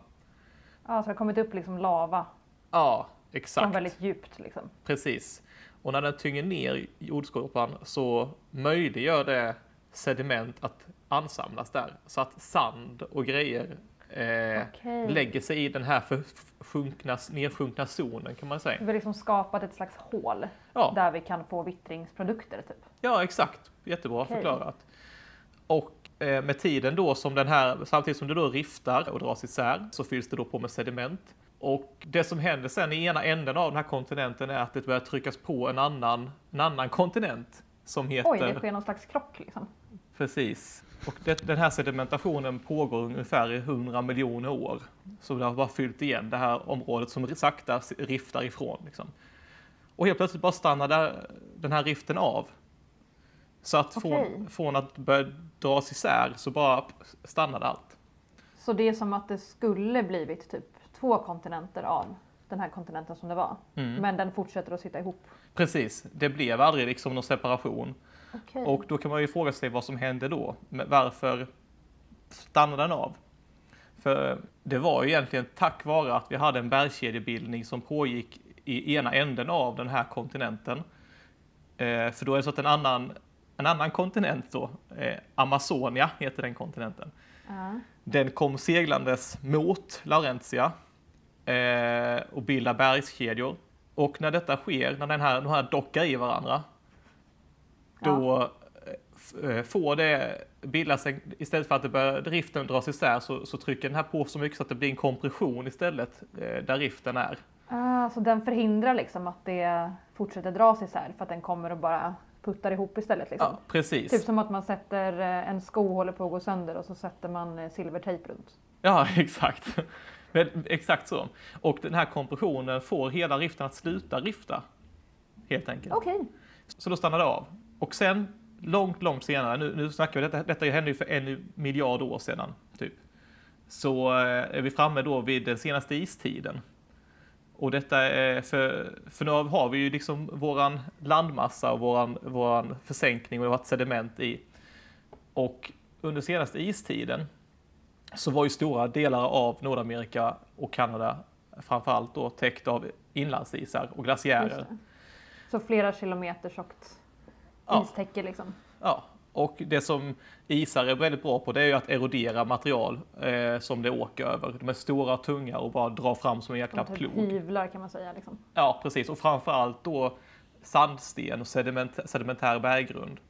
Speaker 3: Ja, så det har kommit upp liksom lava
Speaker 2: Ja,
Speaker 3: från
Speaker 2: exakt.
Speaker 3: väldigt djupt liksom.
Speaker 2: Precis. Och när den tynger ner jordskorpan så möjliggör det sediment att ansamlas där. Så att sand och grejer eh,
Speaker 3: Okej.
Speaker 2: lägger sig i den här för- f- sjunkna, nedsjunkna zonen kan man säga.
Speaker 3: Vi har liksom skapat ett slags hål
Speaker 2: Ja,
Speaker 3: där vi kan få vittringsprodukter typ.
Speaker 2: ja exakt. Jättebra
Speaker 3: Okej.
Speaker 2: förklarat. Och eh, med tiden då som den här, samtidigt som det då riftar och dras isär så fylls det då på med sediment. Och det som händer sen i ena änden av den här kontinenten är att det börjar tryckas på en annan, en annan kontinent som heter...
Speaker 3: Oj, det sker någon slags krock liksom.
Speaker 2: Precis. Och det, den här sedimentationen pågår ungefär i 100 miljoner år. Så det har bara fyllt igen det här området som sakta s- riftar ifrån. Liksom. Och helt plötsligt bara stannar där, den här riften av. Så att
Speaker 3: Okej.
Speaker 2: från, från att börja dras isär så bara p- stannade allt.
Speaker 3: Så det är som att det skulle blivit typ två kontinenter av den här kontinenten som det var.
Speaker 2: Mm.
Speaker 3: Men den fortsätter att sitta ihop.
Speaker 2: Precis, det blev aldrig liksom någon separation.
Speaker 3: Okej.
Speaker 2: Och då kan man ju fråga sig vad som hände då. Men Varför stannade den av? För det var ju egentligen tack vare att vi hade en bergskedjebildning som pågick i ena änden av den här kontinenten. Eh, för då är det så att en annan, en annan kontinent då, eh, Amazonia heter den kontinenten,
Speaker 3: Ja.
Speaker 2: den kom seglandes mot Laurentia eh, och bildade bergskedjor. Och när detta sker, när den här, de här dockar i varandra, då eh, f- eh, får det bildas, en, istället för att det börjar, driften dras isär så, så trycker den här på så mycket så att det blir en kompression istället eh, där riften är.
Speaker 3: Ah, så den förhindrar liksom att det fortsätter dras isär för att den kommer och bara puttar ihop istället. Liksom.
Speaker 2: Ja, precis.
Speaker 3: Typ som att man sätter eh, en sko håller på att gå sönder och så sätter man eh, silvertejp runt.
Speaker 2: Ja, exakt. Men, exakt så. Och den här kompressionen får hela riften att sluta rifta. Helt enkelt.
Speaker 3: Okej,
Speaker 2: Så då stannar det av. Och sen, långt, långt senare, nu, nu snackar vi, detta, detta hände ju för en miljard år sedan, typ. Så eh, är vi framme då vid den senaste istiden. Och detta är för, för nu har vi ju liksom våran landmassa och våran, våran försänkning och vårt sediment i. Och under senaste istiden så var ju stora delar av Nordamerika och Kanada framförallt då täckt av inlandsisar och
Speaker 3: Just
Speaker 2: glaciärer.
Speaker 3: det. Så flera kilometer tjockt
Speaker 2: Ja.
Speaker 3: istäcke liksom.
Speaker 2: Ja, och det som isar är väldigt bra på det är ju att erodera material eh, som det åker över. De är stora och tunga och bara drar fram som en jäkla
Speaker 3: De typ
Speaker 2: plog.
Speaker 3: hyvlar kan man säga. Liksom.
Speaker 2: Ja, precis. Och framförallt då sandsten och sediment, sedimentär berggrund.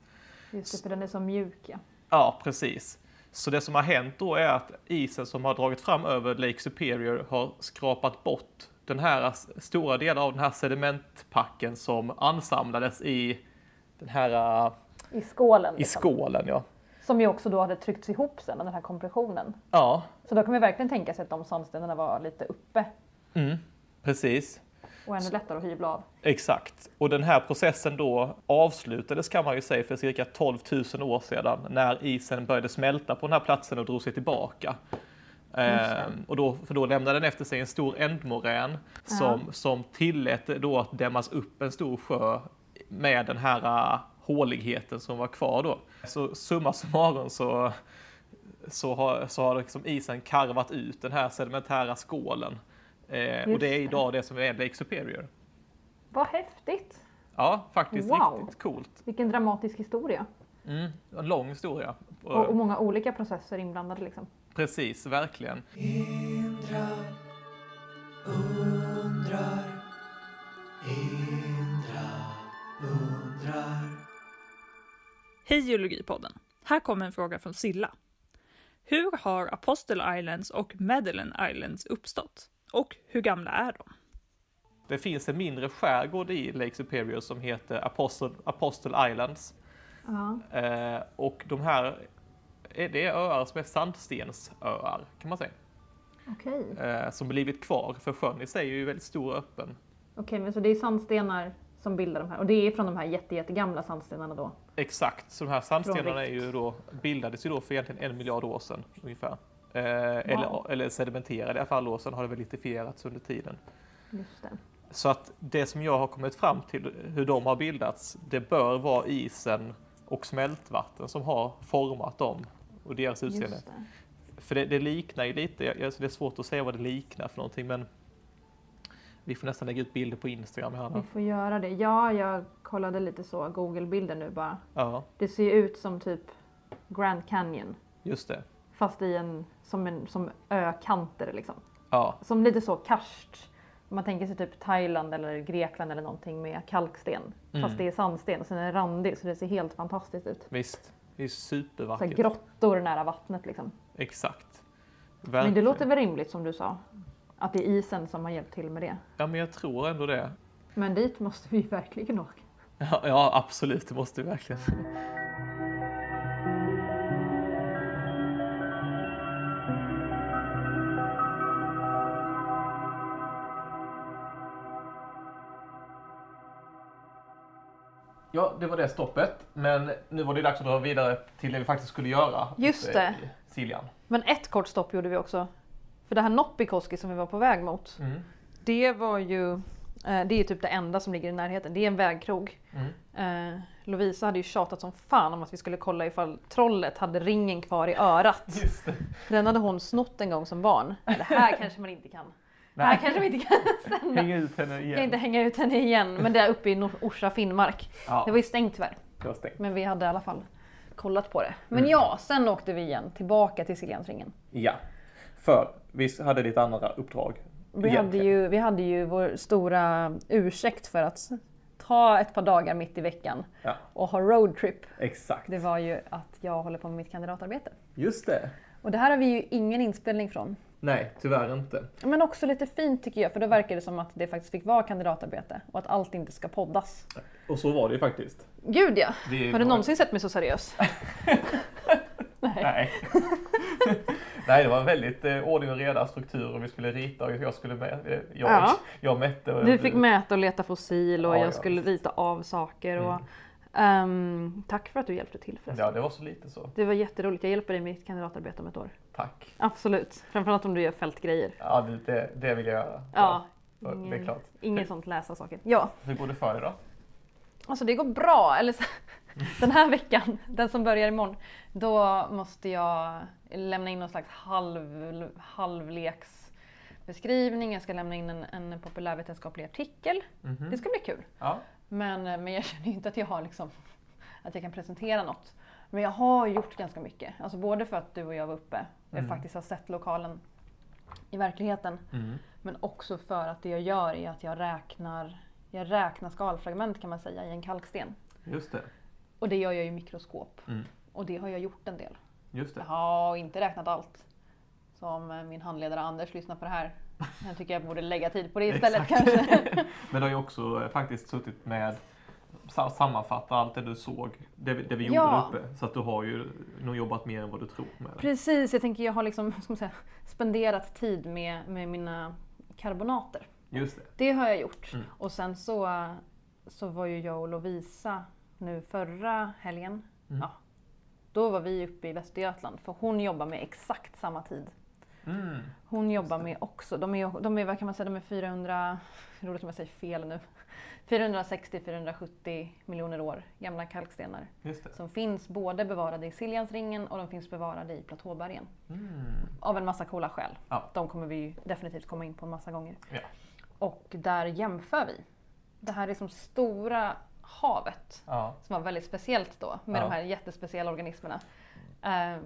Speaker 3: Just det, för den är så mjuk. Ja.
Speaker 2: Ja, precis. Så det som har hänt då är att isen som har dragit fram över Lake Superior har skrapat bort den här s- stora delen av den här sedimentpacken som ansamlades i den här, äh,
Speaker 3: I skålen.
Speaker 2: i
Speaker 3: Liksom.
Speaker 2: skålen ja.
Speaker 3: Som ju också då hade tryckts ihop sen av den här kompressionen.
Speaker 2: Ja,
Speaker 3: Så då kan vi verkligen tänka sig att de sandstenarna var lite uppe
Speaker 2: mm, precis.
Speaker 3: och ännu lättare att hyvla av.
Speaker 2: Exakt. Och den här processen då avslutades kan man ju säga för cirka 12 000 år sedan när isen började smälta på den här platsen och drog sig tillbaka. Ehm, och då, för då lämnade den efter sig en stor ändmorän som, som tillät då att dämmas upp en stor sjö med den här äh, håligheten som var kvar då. Så summa summarum så, så har, så har liksom isen karvat ut den här sedimentära skålen. Ehm, och
Speaker 3: Just
Speaker 2: det är idag det som är Lake Superior.
Speaker 3: Vad häftigt!
Speaker 2: Ja, faktiskt
Speaker 3: Wow.
Speaker 2: riktigt coolt.
Speaker 3: Vilken dramatisk historia.
Speaker 2: Mm. En lång historia.
Speaker 3: Och, och många olika processer inblandade liksom.
Speaker 2: Precis, verkligen.
Speaker 8: Hej Geologipodden! Här kommer en fråga från Silla. Hur har Apostle Islands och Madeline Islands uppstått? Och hur gamla är de?
Speaker 2: Det finns en mindre skärgård i Lake Superior som heter Apostle, Apostle Islands.
Speaker 3: Ja.
Speaker 2: Eh, och de här är det är öar som är sandstensöar kan man säga.
Speaker 3: Okej.
Speaker 2: Eh, som blivit kvar för sjön i sig är ju väldigt stor och öppen.
Speaker 3: Okej, men så det är sandstenar som bildar de här och det är från de här jätte, jättegamla sandstenarna då?
Speaker 2: Exakt, så de här sandstenarna är
Speaker 3: rikt.
Speaker 2: ju då, bildades ju då för egentligen en miljard år sedan ungefär. Eh, eller, eller sedimenterade i alla fall då, sen har det väl litifierats under tiden.
Speaker 3: Just det.
Speaker 2: Så att det som jag har kommit fram till hur de har bildats, det bör vara isen och smältvatten som har format dem och deras utseende.
Speaker 3: Just det.
Speaker 2: För det, det liknar ju lite, jag, jag- det är svårt att säga vad det liknar för någonting men vi får nästan lägga ut bilder på Instagram. Här
Speaker 3: Vi
Speaker 2: nu.
Speaker 3: får göra det. Ja, jag kollade lite så, Google-bilder nu bara.
Speaker 2: Ja,
Speaker 3: Det ser ju ut som typ Grand Canyon.
Speaker 2: just det.
Speaker 3: Fast i en, som, en, som ökanter liksom.
Speaker 2: Ja,
Speaker 3: Som lite så karst. Om Man tänker sig typ Thailand eller Grekland eller någonting med kalksten. Fast det är sandsten och sen är det randig så det ser helt fantastiskt ut.
Speaker 2: visst. Det är
Speaker 3: Så här
Speaker 2: supervackert.
Speaker 3: grottor nära vattnet liksom.
Speaker 2: Exakt.
Speaker 3: Men det
Speaker 2: Verkligen.
Speaker 3: låter väl rimligt som du sa? Att det är isen som har hjälpt till med det.
Speaker 2: Ja, men jag tror ändå det.
Speaker 3: Men dit måste vi verkligen åka.
Speaker 2: Ja, ja absolut, det måste vi verkligen. Ja, det var det stoppet. Men nu var det dags att dra vidare till det vi faktiskt skulle göra.
Speaker 3: Just
Speaker 2: uppe
Speaker 3: det.
Speaker 2: i Siljan.
Speaker 3: Men ett kort stopp gjorde vi också. För det här Noppikoski som vi var på väg mot.
Speaker 2: Mm.
Speaker 3: Det var ju eh, det är typ det enda som ligger i närheten. Det är en vägkrog.
Speaker 2: Mm.
Speaker 3: Eh, Lovisa hade ju tjatat som fan om att vi skulle kolla ifall trollet hade ringen kvar i örat.
Speaker 2: Just det.
Speaker 3: Den hade hon snott en gång som barn. Det här kanske man inte kan. Det här
Speaker 2: Nej.
Speaker 3: kanske man inte kan sända.
Speaker 2: Häng ut henne
Speaker 3: Jag kan
Speaker 2: igen.
Speaker 3: inte hänga ut henne igen. Men där uppe i Nor- Orsa Finnmark.
Speaker 2: Ja.
Speaker 3: Det var ju stängt tyvärr.
Speaker 2: Det var stängt.
Speaker 3: Men vi hade i alla fall kollat på det.
Speaker 2: Mm.
Speaker 3: Men ja, sen åkte vi igen tillbaka till Siljansringen.
Speaker 2: Ja. För vi hade lite andra uppdrag.
Speaker 3: Vi hade, ju, vi hade ju vår stora ursäkt för att ta ett par dagar mitt i veckan
Speaker 2: Ja,
Speaker 3: och ha roadtrip.
Speaker 2: exakt.
Speaker 3: Det var ju att jag håller på med mitt kandidatarbete.
Speaker 2: Just det.
Speaker 3: Och det här har vi ju ingen inspelning från.
Speaker 2: Nej, tyvärr inte.
Speaker 3: Men också lite fint tycker jag, för då verkar det som att det faktiskt fick vara kandidatarbete och att allt inte ska poddas.
Speaker 2: Och så var det ju faktiskt.
Speaker 3: Gud ja!
Speaker 2: Vi
Speaker 3: Har du
Speaker 2: var-
Speaker 3: någonsin sett mig så seriös?
Speaker 2: Nej. Nej, det var en väldigt eh, ordning och reda struktur och vi skulle rita och jag skulle mä- eh, jag,
Speaker 3: Ja.
Speaker 2: jag mätte. Och
Speaker 3: Du fick mäta och leta fossil och
Speaker 2: Ja, ja.
Speaker 3: jag skulle rita av saker. Och, Ehm, tack för att du hjälpte till förresten.
Speaker 2: Ja, det var så lite så.
Speaker 3: Det var jätteroligt. Jag hjälper dig med ditt kandidatarbete om ett år.
Speaker 2: Tack.
Speaker 3: Absolut. Framförallt om du gör fältgrejer.
Speaker 2: Ja, det, det, det vill jag göra.
Speaker 3: Ja.
Speaker 2: Ja, det är klart.
Speaker 3: Inget sånt läsa saker. Ja.
Speaker 2: Hur går det för dig då?
Speaker 3: Alltså det går bra. Eller så,
Speaker 2: Mm.
Speaker 3: Den här veckan, den som börjar imorgon, då måste jag lämna in någon slags halv, halvleksbeskrivning. Jag ska lämna in en, en populärvetenskaplig artikel.
Speaker 2: Mhm.
Speaker 3: Det ska bli kul.
Speaker 2: Ja.
Speaker 3: Men, eh, men jag känner ju inte att jag har liksom, att jag kan presentera något. Men jag har gjort ganska mycket. Alltså både för att du och jag var uppe och jag
Speaker 2: Mm.
Speaker 3: faktiskt har sett lokalen i verkligheten.
Speaker 2: Mm.
Speaker 3: Men också för att det jag gör är att jag räknar, jag räknar skalfragment kan man säga i en kalksten.
Speaker 2: Just det.
Speaker 3: Och det gör jag i mikroskop.
Speaker 2: Mm.
Speaker 3: Och det har jag gjort en del.
Speaker 2: Just
Speaker 3: Jag
Speaker 2: det.
Speaker 3: har inte räknat allt. Så om eh, min handledare Anders lyssnar på det här, han tycker jag borde lägga tid på det istället
Speaker 2: Exakt.
Speaker 3: kanske.
Speaker 2: Men du har ju också eh, faktiskt suttit med sa- sammanfatta allt det du såg, det, vi- det vi gjorde
Speaker 3: Ja.
Speaker 2: där uppe. Så att du har ju nog jobbat mer än vad du tror med det.
Speaker 3: Precis, jag tänker jag har liksom, vad ska man säga, spenderat tid med, med mina karbonater.
Speaker 2: Just det.
Speaker 3: Det har jag gjort.
Speaker 2: Mm.
Speaker 3: Och sen så, eh, så var ju jag och Lovisa nu förra helgen.
Speaker 2: Mm.
Speaker 3: Ja, då var vi uppe i Västergötland för hon jobbar med exakt samma tid.
Speaker 2: Mm.
Speaker 3: Hon jobbar med också, de är, de är vad kan man säga, de är 400, roligt om jag säger fel nu, 460-470 miljoner år gamla kalkstenar
Speaker 2: Just det.
Speaker 3: som finns både bevarade i Siljansringen och de finns bevarade i platåbergen.
Speaker 2: Mm.
Speaker 3: Av en massa coola skäl.
Speaker 2: Ja.
Speaker 3: De kommer vi ju definitivt komma in på en massa gånger.
Speaker 2: Ja.
Speaker 3: Och där jämför vi. Det här är som stora havet
Speaker 2: Ja.
Speaker 3: som var väldigt speciellt då med
Speaker 2: Ja.
Speaker 3: de här jättespeciella organismerna. Eh,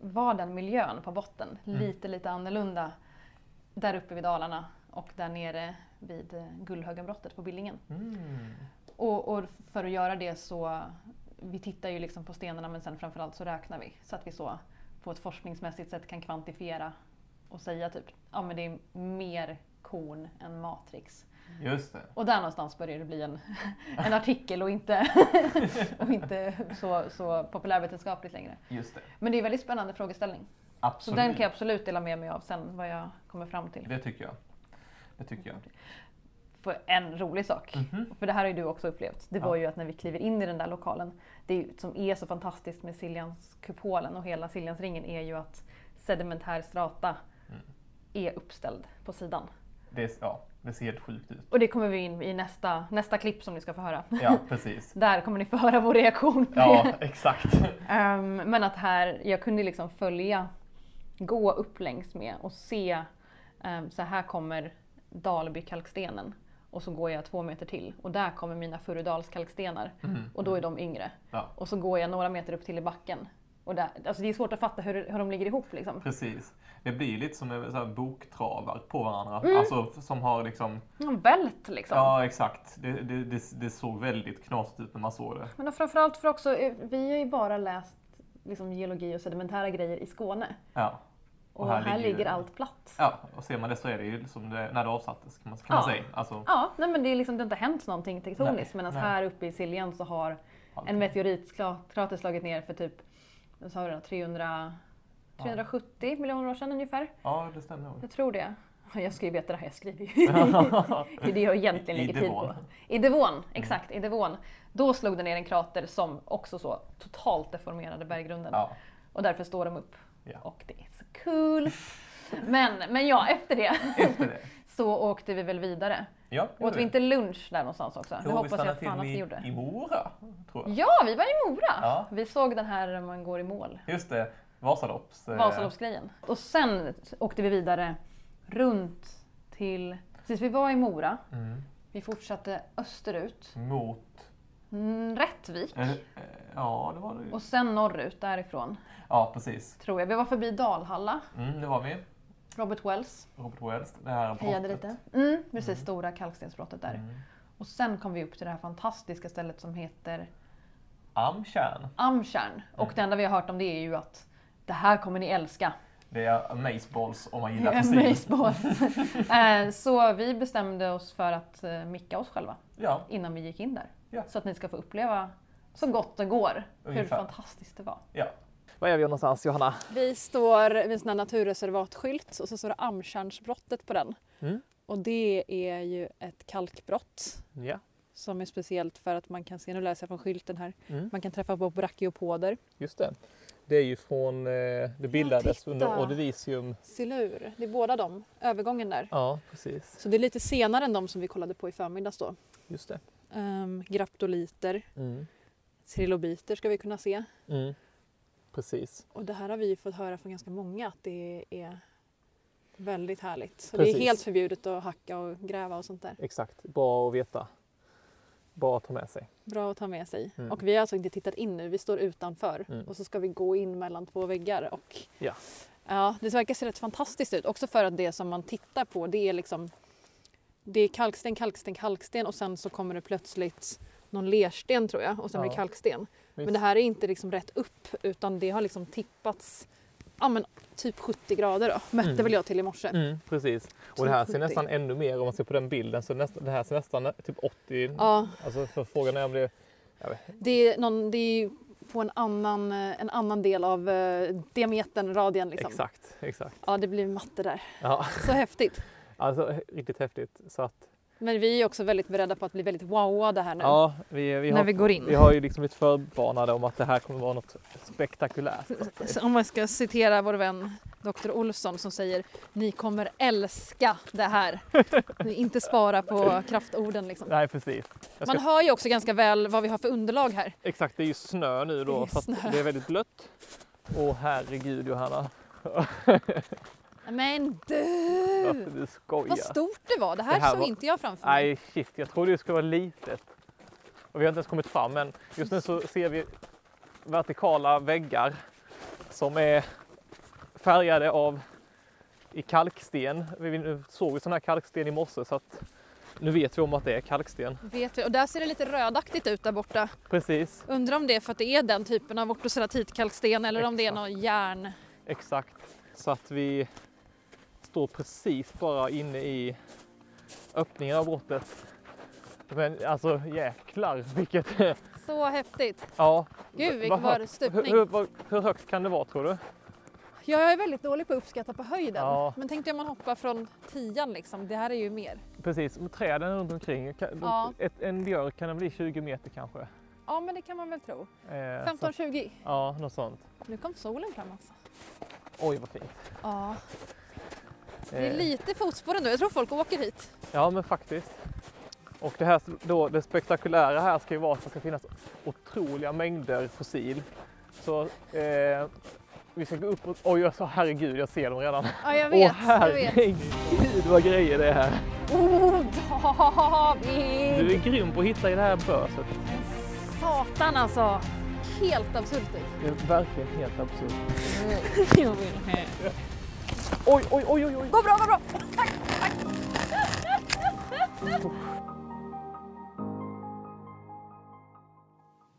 Speaker 3: var den miljön på botten
Speaker 2: Mm.
Speaker 3: lite lite annorlunda där uppe vid Dalarna och där nere vid eh, Gullhögenbrottet på Billingen.
Speaker 2: Mm.
Speaker 3: Och, och för att göra det så, vi tittar ju liksom på stenarna men sen framförallt så räknar vi. Så att vi så på ett forskningsmässigt sätt kan kvantifiera och säga typ, ja men det är mer korn än matrix.
Speaker 2: Just det.
Speaker 3: Och där någonstans börjar det bli en, en artikel och inte, och inte så, så populärvetenskapligt längre.
Speaker 2: Just det.
Speaker 3: Men det är en väldigt spännande frågeställning. Så
Speaker 2: Absolut.
Speaker 3: den kan jag absolut dela med mig av sen vad jag kommer fram till.
Speaker 2: Det tycker jag. Det tycker jag.
Speaker 3: För en rolig sak,
Speaker 2: Mhm.
Speaker 3: för det här har ju du också upplevt, det
Speaker 2: Ja.
Speaker 3: var ju att när vi kliver in i den där lokalen, det är ju- som är så fantastiskt med Siljanskupolen och hela Siljansringen är ju att sedimentär strata
Speaker 2: Mm.
Speaker 3: är uppställd på sidan.
Speaker 2: Det, ja, det ser helt sjukt ut.
Speaker 3: Och det kommer vi in i nästa, nästa klipp som ni ska få höra.
Speaker 2: Ja, precis.
Speaker 3: Där kommer ni få höra vår reaktion på det.
Speaker 2: Ja, exakt.
Speaker 3: Ehm, men att här, jag kunde liksom följa, gå upp längs med och se, ehm, så här kommer Dalbykalkstenen och så går jag två meter till och där kommer mina Furudalskalkstenar
Speaker 2: Mm.
Speaker 3: och då är de yngre.
Speaker 2: Ja,
Speaker 3: Och så går jag några meter upp till i backen. Och där, alltså det är svårt att fatta hur, hur de ligger ihop liksom.
Speaker 2: precis. Det blir lite som en så här boktravar på varandra.
Speaker 3: Mm.
Speaker 2: Alltså som har liksom...
Speaker 3: De vält liksom.
Speaker 2: Ja, exakt. Det, det, det, det såg väldigt knasigt ut när man såg det.
Speaker 3: Men då framförallt för också, eh, vi har ju bara läst liksom, geologi och sedimentära grejer i Skåne.
Speaker 2: Ja.
Speaker 3: Och, här, ligger,
Speaker 2: ju-
Speaker 3: allt platt.
Speaker 2: Ja, och ser man det så är det ju som det, när det avsattes kan man, kan man
Speaker 3: Ja.
Speaker 2: säga. Alltså,
Speaker 3: Ja, nej men det, är liksom, det har inte hänt någonting tektoniskt.
Speaker 2: Nej,
Speaker 3: Medan
Speaker 2: nej.
Speaker 3: här uppe i Siljan så har en meteoritkrater slagit ner för typ vad sa vi då, 300, 370 miljoner år sedan ungefär.
Speaker 2: ja, det stämmer nog.
Speaker 3: Jag tror det. Jag ska ju veta det här, jag skriver ju. det är det jag egentligen
Speaker 2: I- i
Speaker 3: lägger tid på.
Speaker 2: devon. Mm.
Speaker 3: I devon, exakt. I devon. Då slog det ner en krater som också så totalt deformerade berggrunden.
Speaker 2: Ja.
Speaker 3: Och därför står de upp.
Speaker 2: Ja.
Speaker 3: Och det är så kul. Men, men ja, efter det
Speaker 2: Efter det.
Speaker 3: så åkte vi väl vidare.
Speaker 2: Ja, det
Speaker 3: Åt
Speaker 2: gjorde
Speaker 3: vi inte lunch där någonstans också?
Speaker 2: Mm. Jo,
Speaker 3: det
Speaker 2: vi
Speaker 3: hoppas
Speaker 2: stannade
Speaker 3: jag fan att
Speaker 2: till
Speaker 3: vi
Speaker 2: i,
Speaker 3: gjorde.
Speaker 2: i Mora, tror jag.
Speaker 3: Ja, vi var i Mora!
Speaker 2: Ja.
Speaker 3: Vi såg den här när man går i mål,
Speaker 2: Just det, Vasalopps... eh,
Speaker 3: Vasaloppsgrejen. Och sen åkte vi vidare runt till... Precis, vi var i Mora.
Speaker 2: Mm,
Speaker 3: Vi fortsatte österut,
Speaker 2: mot...
Speaker 3: mm, Rättvik
Speaker 2: eh, eh, ja, det var det ju.
Speaker 3: och sen norrut därifrån,
Speaker 2: Ja, precis.
Speaker 3: tror jag. Vi var förbi Dalhalla,
Speaker 2: Mm, det var vi.
Speaker 3: Robert Wells,
Speaker 2: Robert Wells, det här
Speaker 3: hejade
Speaker 2: brottet.
Speaker 3: lite. Mm, precis, stora kalkstensbrottet där.
Speaker 2: Mm.
Speaker 3: Och sen kom vi upp till det här fantastiska stället som heter
Speaker 2: Amtjärn.
Speaker 3: Amtjärn.
Speaker 2: Mm.
Speaker 3: Och det enda vi har hört om det är ju att det här kommer ni älska.
Speaker 2: Det är amazeballs om man gillar fossil.
Speaker 3: Amazeball. Eh, så vi bestämde oss för att eh, micka oss själva
Speaker 2: Ja,
Speaker 3: innan vi gick in där.
Speaker 2: Ja.
Speaker 3: Så att ni ska få uppleva så gott det går
Speaker 2: Ungefär.
Speaker 3: hur fantastiskt det var.
Speaker 2: ja. Var är vi någonstans, Johanna?
Speaker 9: Vi står vid en sån här naturreservatskylt och så står det Amtjärnsbrottet på den.
Speaker 2: Mm.
Speaker 9: Och det är ju ett kalkbrott
Speaker 2: Ja,
Speaker 9: som är speciellt för att man kan se, nu läser jag från skylten här,
Speaker 2: Mm.
Speaker 9: man kan träffa på brachiopoder.
Speaker 2: just det. Det är ju från... Eh, det bildades
Speaker 9: titta.
Speaker 2: under Ordovisium.
Speaker 9: Silur, det är båda de, övergången där.
Speaker 2: Ja, precis.
Speaker 9: Så det är lite senare än de som vi kollade på i förmiddags då.
Speaker 2: Just det.
Speaker 9: Ehm, graptoliter,
Speaker 2: Mm.
Speaker 3: trilobiter ska vi kunna se.
Speaker 2: Mm. Precis.
Speaker 3: Och det här har vi ju fått höra från ganska många att det är väldigt härligt. Så det är
Speaker 2: Precis.
Speaker 3: helt förbjudet att hacka och gräva och sånt där.
Speaker 2: Exakt. Bra att veta. Bra att ha med sig.
Speaker 3: Bra att ta med sig.
Speaker 2: Mm.
Speaker 3: Och vi har alltså inte tittat in nu, vi står utanför
Speaker 2: Mm.
Speaker 3: och så ska vi gå in mellan två väggar. Och,
Speaker 2: Ja.
Speaker 3: ja, det verkar se rätt fantastiskt ut, också för att det som man tittar på det är liksom det är kalksten, kalksten, kalksten och sen så kommer det plötsligt någon lersten tror jag och sen
Speaker 2: Ja.
Speaker 3: blir det kalksten. Men
Speaker 2: Visst.
Speaker 3: det här är inte liksom rätt upp utan det har liksom tippats ja, men typ 70 grader då, mätte
Speaker 2: Mm.
Speaker 3: väl jag till i morse.
Speaker 2: Mm, precis. Och det här ser nästan ännu mer, om man ser på den bilden, så nästan, det här ser nästan typ 80...
Speaker 3: Ja,
Speaker 2: Alltså för frågan är om det...
Speaker 3: det är, någon, det är ju på en annan, eh, en annan del av eh, diametern, radien liksom.
Speaker 2: Exakt, exakt.
Speaker 3: Ja, det blir matte där.
Speaker 2: Ja,
Speaker 3: Så häftigt.
Speaker 2: alltså riktigt häftigt. Så att,
Speaker 3: Men vi är också väldigt beredda på att bli väldigt wowade här nu.
Speaker 2: ja, vi, vi,
Speaker 3: när
Speaker 2: har,
Speaker 3: vi går in.
Speaker 2: vi har ju liksom blivit förvarnade om att det här kommer vara något spektakulärt.
Speaker 3: Så Om man ska citera vår vän Dr. Olsson som säger ni kommer älska det här. Ni inte spara på kraftorden liksom.
Speaker 2: Nej, precis. Jag ska,
Speaker 3: Man hör ju också ganska väl vad vi har för underlag här.
Speaker 2: Exakt, det är ju snö nu
Speaker 3: Det är
Speaker 2: då, så
Speaker 3: snö.
Speaker 2: att det är väldigt blött. Åh herregud Johanna,
Speaker 3: Men du!
Speaker 2: du skojar.
Speaker 3: Vad stort det var! Det här,
Speaker 2: Det här
Speaker 3: såg
Speaker 2: var-
Speaker 3: inte jag framför mig.
Speaker 2: Nej, shit, jag trodde det skulle vara litet. Och vi har inte ens kommit fram än. Just nu så ser vi vertikala väggar som är färgade av i kalksten. Vi vi såg ju sån här kalksten i morse så att nu vet vi om att det är kalksten.
Speaker 3: Vet du? Och där ser det lite rödaktigt ut där borta.
Speaker 2: Precis,
Speaker 3: Undrar om det är för att det är den typen av ortoceratitkalksten eller om det är
Speaker 2: Exakt.
Speaker 3: någon järn.
Speaker 2: exakt. Så att vi står precis bara inne i öppningen av brottet. Men alltså jäklar vilket...
Speaker 3: Så häftigt!
Speaker 2: Ja.
Speaker 3: Gud, vilken
Speaker 2: Vad
Speaker 3: var
Speaker 2: högt-
Speaker 3: stupning.
Speaker 2: Hur, hur, hur högt kan det vara tror du?
Speaker 3: Ja, jag är väldigt dålig på att uppskatta på höjden.
Speaker 2: Ja.
Speaker 3: Men tänkte jag man hoppar från tian liksom, det här är ju mer.
Speaker 2: Precis, men träden runt omkring. kan-
Speaker 3: Ja.
Speaker 2: Ett, en björk kan den bli 20 meter kanske. Eh,
Speaker 3: Ja, men det kan man väl tro.
Speaker 2: så-
Speaker 3: 15-20.
Speaker 2: Ja, något sånt.
Speaker 3: Nu kom solen fram också.
Speaker 2: Oj vad fint.
Speaker 3: Ja, det är
Speaker 2: Eh,
Speaker 3: lite fotspår ändå. Jag tror folk åker hit.
Speaker 2: Ja men faktiskt. Och det, här, då, det spektakulära här ska ju vara att det ska finnas otroliga mängder fossil. Så eh, vi ska gå upp och... Oj alltså, herregud, jag ser dem redan.
Speaker 3: Ja, jag vet.
Speaker 2: Åh
Speaker 3: jag vet.
Speaker 2: herregud vad grejer det är här.
Speaker 3: Oh,
Speaker 2: Du
Speaker 3: David!
Speaker 2: är grym på att hitta i det här böset.
Speaker 3: Satan alltså! Helt absurt ut.
Speaker 2: Det är verkligen helt absurt.
Speaker 3: Jag vill hem.
Speaker 2: Oj, oj, oj, oj, oj!
Speaker 3: Gå bra, gå bra!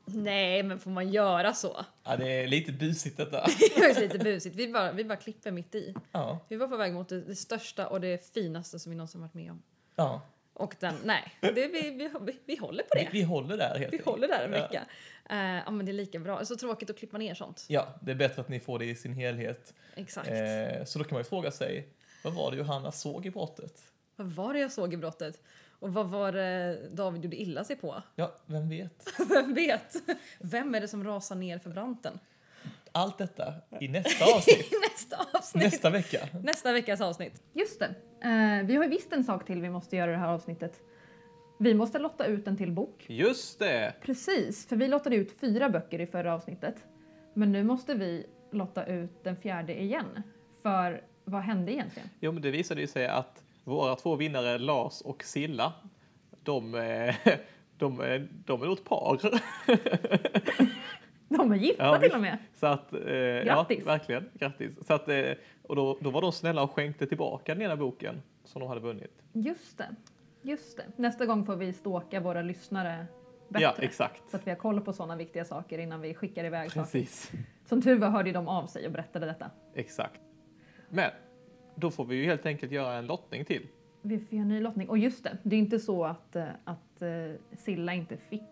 Speaker 10: Nej, men får man göra så?
Speaker 11: Ja, det är lite busigt detta.
Speaker 10: Det var ju lite busigt. Vi bara, vi bara klipper mitt i.
Speaker 11: Ja,
Speaker 10: Vi var på väg mot det, det största och det finaste som vi någonsin varit med om.
Speaker 11: ja.
Speaker 10: Och den, nej, det, vi, vi, vi, vi håller på
Speaker 11: Vi,
Speaker 10: det.
Speaker 11: vi håller där helt
Speaker 10: Vi håller där en
Speaker 11: Ja.
Speaker 10: vecka. Eh, ja, men det är lika bra. Det är så tråkigt att klippa ner sånt.
Speaker 11: Ja, det är bättre att ni får det i sin helhet.
Speaker 10: Exakt.
Speaker 11: Eh, så då kan man ju fråga sig, vad var det Johanna såg i brottet?
Speaker 10: Vad var det jag såg i brottet? Och vad var det David gjorde illa sig på?
Speaker 11: Ja, vem vet?
Speaker 10: Vem vet? Vem är det som rasar ner för branten?
Speaker 11: Allt detta i nästa avsnitt,
Speaker 10: Nästa avsnitt! Nästa,
Speaker 11: nästa vecka.
Speaker 10: veckas avsnitt.
Speaker 12: Just det. Eh, vi har ju visst en sak till vi måste göra i det här avsnittet. Vi måste lotta ut en till bok.
Speaker 2: Just det!
Speaker 12: Precis, för vi lottade ut fyra böcker i förra avsnittet. Men nu måste vi lotta ut den fjärde igen. För vad hände egentligen?
Speaker 2: Jo, men det visade ju sig att våra två vinnare, Lars och Silla, de, eh, de, eh, de är nog ett par.
Speaker 12: De är gifta
Speaker 2: Ja,
Speaker 12: till
Speaker 2: visst.
Speaker 12: och med!
Speaker 2: Så att, eh,
Speaker 12: Grattis.
Speaker 2: Ja, verkligen. Grattis! Så att, eh, och då, då var de snälla och skänkte tillbaka den ena boken som de hade vunnit.
Speaker 12: Just det. Just det. Nästa gång får vi ståka våra lyssnare bättre.
Speaker 2: Ja, exakt.
Speaker 12: så att vi har koll på sådana viktiga saker innan vi skickar iväg saker.
Speaker 2: Precis.
Speaker 12: Som tur var hörde ju de av sig och berättade detta.
Speaker 2: Exakt. Men då får vi ju helt enkelt göra en lottning till.
Speaker 12: Vi får göra en ny lottning. Och just det, det är inte så att, eh, att eh, Silla inte fick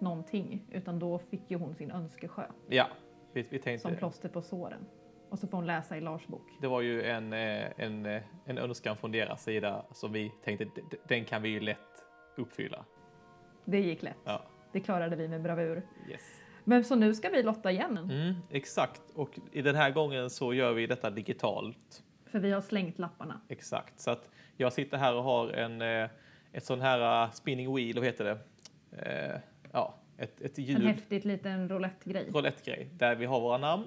Speaker 12: någonting utan då fick ju hon sin önskesjö
Speaker 2: Ja, vi, vi
Speaker 12: som
Speaker 2: tänkte.
Speaker 12: plåster på såren. Och så får hon läsa i Lars bok.
Speaker 2: Det var ju en, eh, en, eh, en önskan från deras sida som vi tänkte d- d- den kan vi ju lätt uppfylla.
Speaker 12: Det gick lätt.
Speaker 2: Ja.
Speaker 12: Det klarade vi med bravur.
Speaker 2: Yes.
Speaker 12: Men så nu ska vi lotta igen.
Speaker 2: Mm, exakt, och i den här gången så gör vi detta digitalt.
Speaker 12: För vi har slängt lapparna.
Speaker 2: Exakt, så att jag sitter här och har en eh, ett sån här eh, spinning wheel, vad heter det? Eh, ja, ett, ett
Speaker 3: En
Speaker 2: ljud,
Speaker 3: häftigt liten roulette-grej.
Speaker 2: roulette-grej, där vi har våra namn.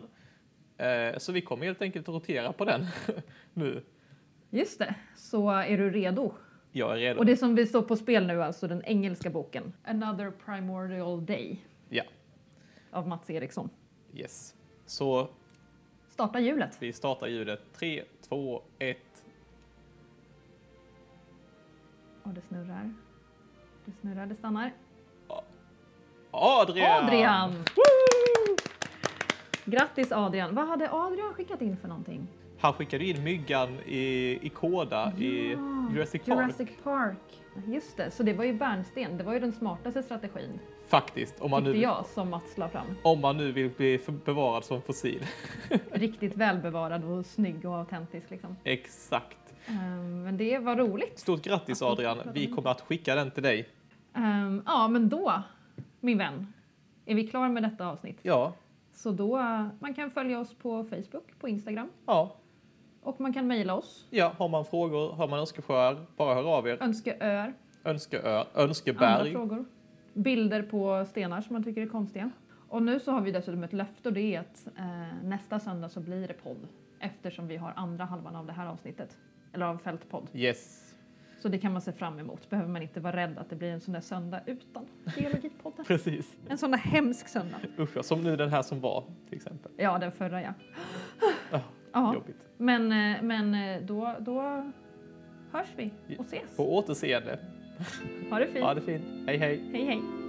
Speaker 2: Eh, så vi kommer helt enkelt att rotera på den nu.
Speaker 3: Just det, så är du redo.
Speaker 2: Jag är redo.
Speaker 3: Och det som vi står på spel nu alltså, den engelska boken. Another primordial day
Speaker 2: Ja,
Speaker 3: av Mats Eriksson.
Speaker 2: yes. Så
Speaker 3: Starta hjulet.
Speaker 2: vi startar ljudet. 3, 2, 1.
Speaker 3: Och det snurrar. Det snurrar, det stannar.
Speaker 2: Adrian!
Speaker 3: Adrian! Grattis Adrian! Vad hade Adrian skickat in för någonting?
Speaker 2: Han skickade in myggan i, i Koda i Jurassic Park.
Speaker 3: Ah, Jurassic Park. Just det, så det var ju bärnsten. Det var ju den smartaste strategin,
Speaker 2: Faktiskt, om man,
Speaker 3: tyckte
Speaker 2: nu,
Speaker 3: jag, som Mats la fram.
Speaker 2: om man nu vill bli för- bevarad som fossil.
Speaker 3: Riktigt välbevarad och snygg och autentisk liksom.
Speaker 2: Exakt.
Speaker 3: Ehm, Men det var roligt.
Speaker 2: Stort grattis Adrian, vi kommer att skicka den till dig.
Speaker 3: Ehm, Ja, men då, min vän, är vi klara med detta avsnitt.
Speaker 2: Ja,
Speaker 3: Så då, eh, man kan följa oss på Facebook, på Instagram
Speaker 2: ja,
Speaker 3: och man kan mejla oss.
Speaker 2: ja. Har man frågor, har man önskesjöar, bara hör av er.
Speaker 3: Önskeöar,
Speaker 2: Önskeöar,
Speaker 3: andra
Speaker 2: önskeberg.
Speaker 3: frågor. Bilder på stenar som man tycker är konstiga. Och nu så har vi dessutom ett löfte och det är att eh, nästa söndag så blir det podd. Eftersom vi har andra halvan av det här avsnittet. Eller av fältpodd.
Speaker 2: Yes,
Speaker 3: Så det kan man se fram emot. Behöver man inte vara rädd att det blir en sån där söndag utan Geologipodden.
Speaker 2: precis.
Speaker 3: En sån där hemsk söndag.
Speaker 2: Usch, ja, som nu den här som var till exempel.
Speaker 3: Ja, den förra ja.
Speaker 2: Ah,
Speaker 3: Ja,
Speaker 2: Jobbigt.
Speaker 3: men, eh, men eh, då, då hörs vi och ses.
Speaker 2: På återseende.
Speaker 3: Ha det fint.
Speaker 2: Ha det fint. Hej hej.
Speaker 3: Hej hej.